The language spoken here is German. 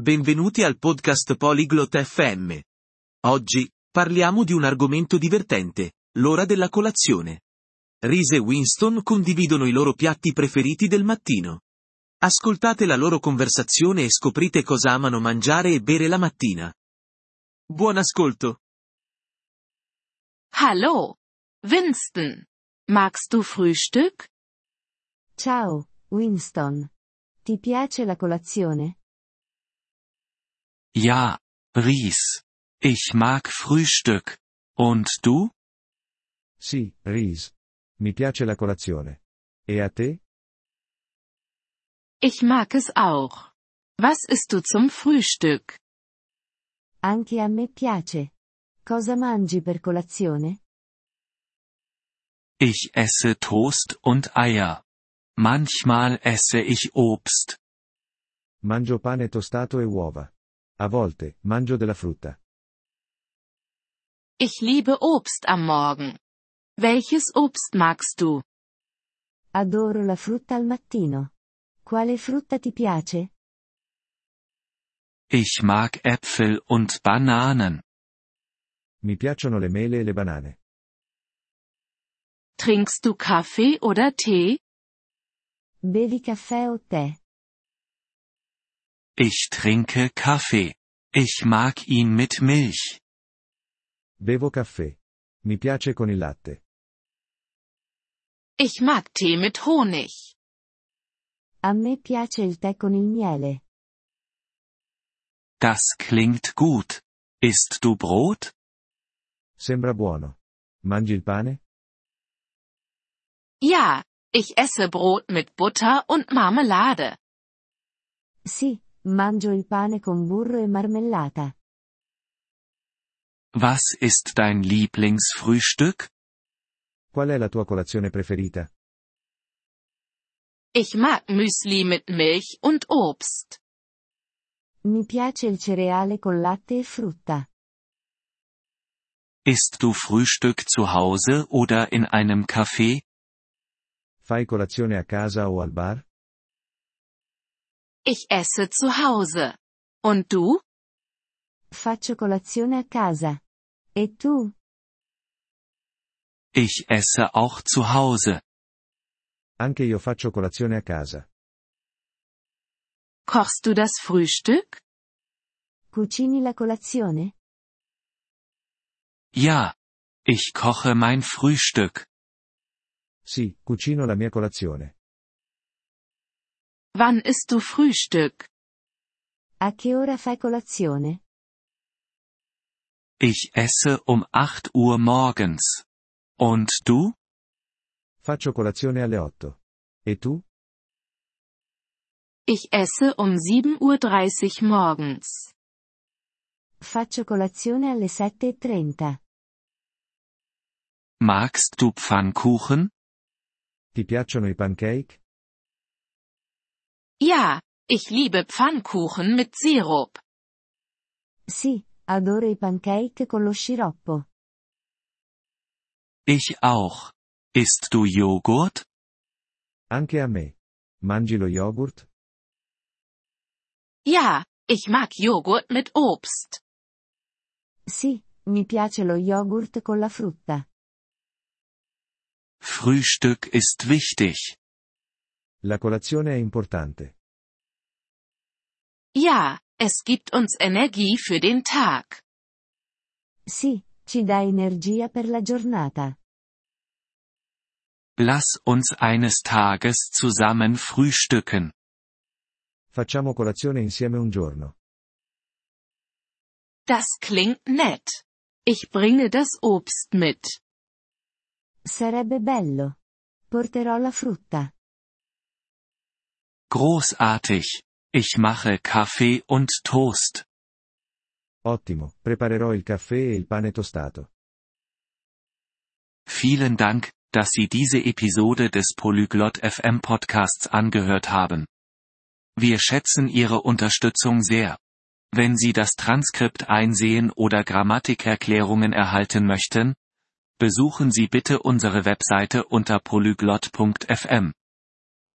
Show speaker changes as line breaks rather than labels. Benvenuti al podcast Polyglot FM. Oggi, parliamo di un argomento divertente, l'ora della colazione. Reese e Winston condividono i loro piatti preferiti del mattino. Ascoltate la loro conversazione e scoprite cosa amano mangiare e bere la mattina. Buon ascolto!
Hallo. Winston. Magst du Frühstück?
Ciao, Winston. Ti piace la colazione?
Ja, Ries. Ich mag Frühstück. Und du?
Sì, Reese. Mi piace la colazione. E a te?
Ich mag es auch. Was isst du zum Frühstück?
Anche a me piace. Cosa mangi per colazione?
Ich esse Toast und Eier. Manchmal esse ich Obst.
Mangio pane tostato e uova. A volte, mangio della frutta.
Ich liebe Obst am Morgen. Welches Obst magst du?
Adoro la frutta al mattino. Quale frutta ti piace?
Ich mag Äpfel und Bananen.
Mi piacciono le mele e le banane.
Trinkst du Kaffee oder Tee?
Bevi caffè o tè?
Ich trinke Kaffee. Ich mag ihn mit Milch.
Bevo caffè. Mi piace con il latte.
Ich mag Tee mit Honig.
A me piace il tè con il miele.
Das klingt gut. Isst du Brot?
Sembra buono. Mangi il pane?
Ja, ich esse Brot mit Butter und Marmelade.
Sì, mangio il pane con burro e marmellata.
Was ist dein Lieblingsfrühstück?
Qual è la tua colazione preferita?
Ich mag Müsli mit Milch und Obst.
Mi piace il cereale con latte e frutta.
Isst du Frühstück zu Hause oder in einem Café?
Fai colazione a casa o al bar?
Ich esse zu Hause. Und du?
Faccio colazione a casa. E tu?
Ich esse auch zu Hause.
Anche io faccio colazione a casa.
Kochst du das Frühstück?
Cucini la colazione?
Ja. Ich koche mein Frühstück.
Sì, cucino la mia colazione.
Wann isst du Frühstück?
A che ora fai colazione?
Ich esse um 8 Uhr morgens. Und du?
Faccio colazione alle 8. E tu?
Ich esse um 7.30 Uhr morgens.
Faccio colazione alle 7.30.
Magst du Pfannkuchen?
Ti piacciono i pancake?
Ja, ich liebe Pfannkuchen mit Sirup.
Sì, adoro i pancake con lo sciroppo.
Ich auch. Isst du Joghurt?
Anche a me. Mangi lo yogurt?
Ja, ich mag Joghurt mit Obst.
Sì, mi piace lo yogurt con la frutta.
Frühstück ist wichtig.
La colazione è importante.
Ja, es gibt uns Energie für den Tag.
Sì, ci dà energia per la giornata.
Lass uns eines Tages zusammen frühstücken.
Facciamo colazione insieme un giorno.
Das klingt nett. Ich bringe das Obst mit.
Sarebbe bello. Porterò la frutta.
Großartig. Ich mache Kaffee und Toast.
Ottimo, preparerò il caffè e il pane tostato.
Vielen Dank, dass Sie diese Episode des Polyglot FM Podcasts angehört haben. Wir schätzen Ihre Unterstützung sehr. Wenn Sie das Transkript einsehen oder Grammatikerklärungen erhalten möchten, besuchen Sie bitte unsere Webseite unter polyglot.fm.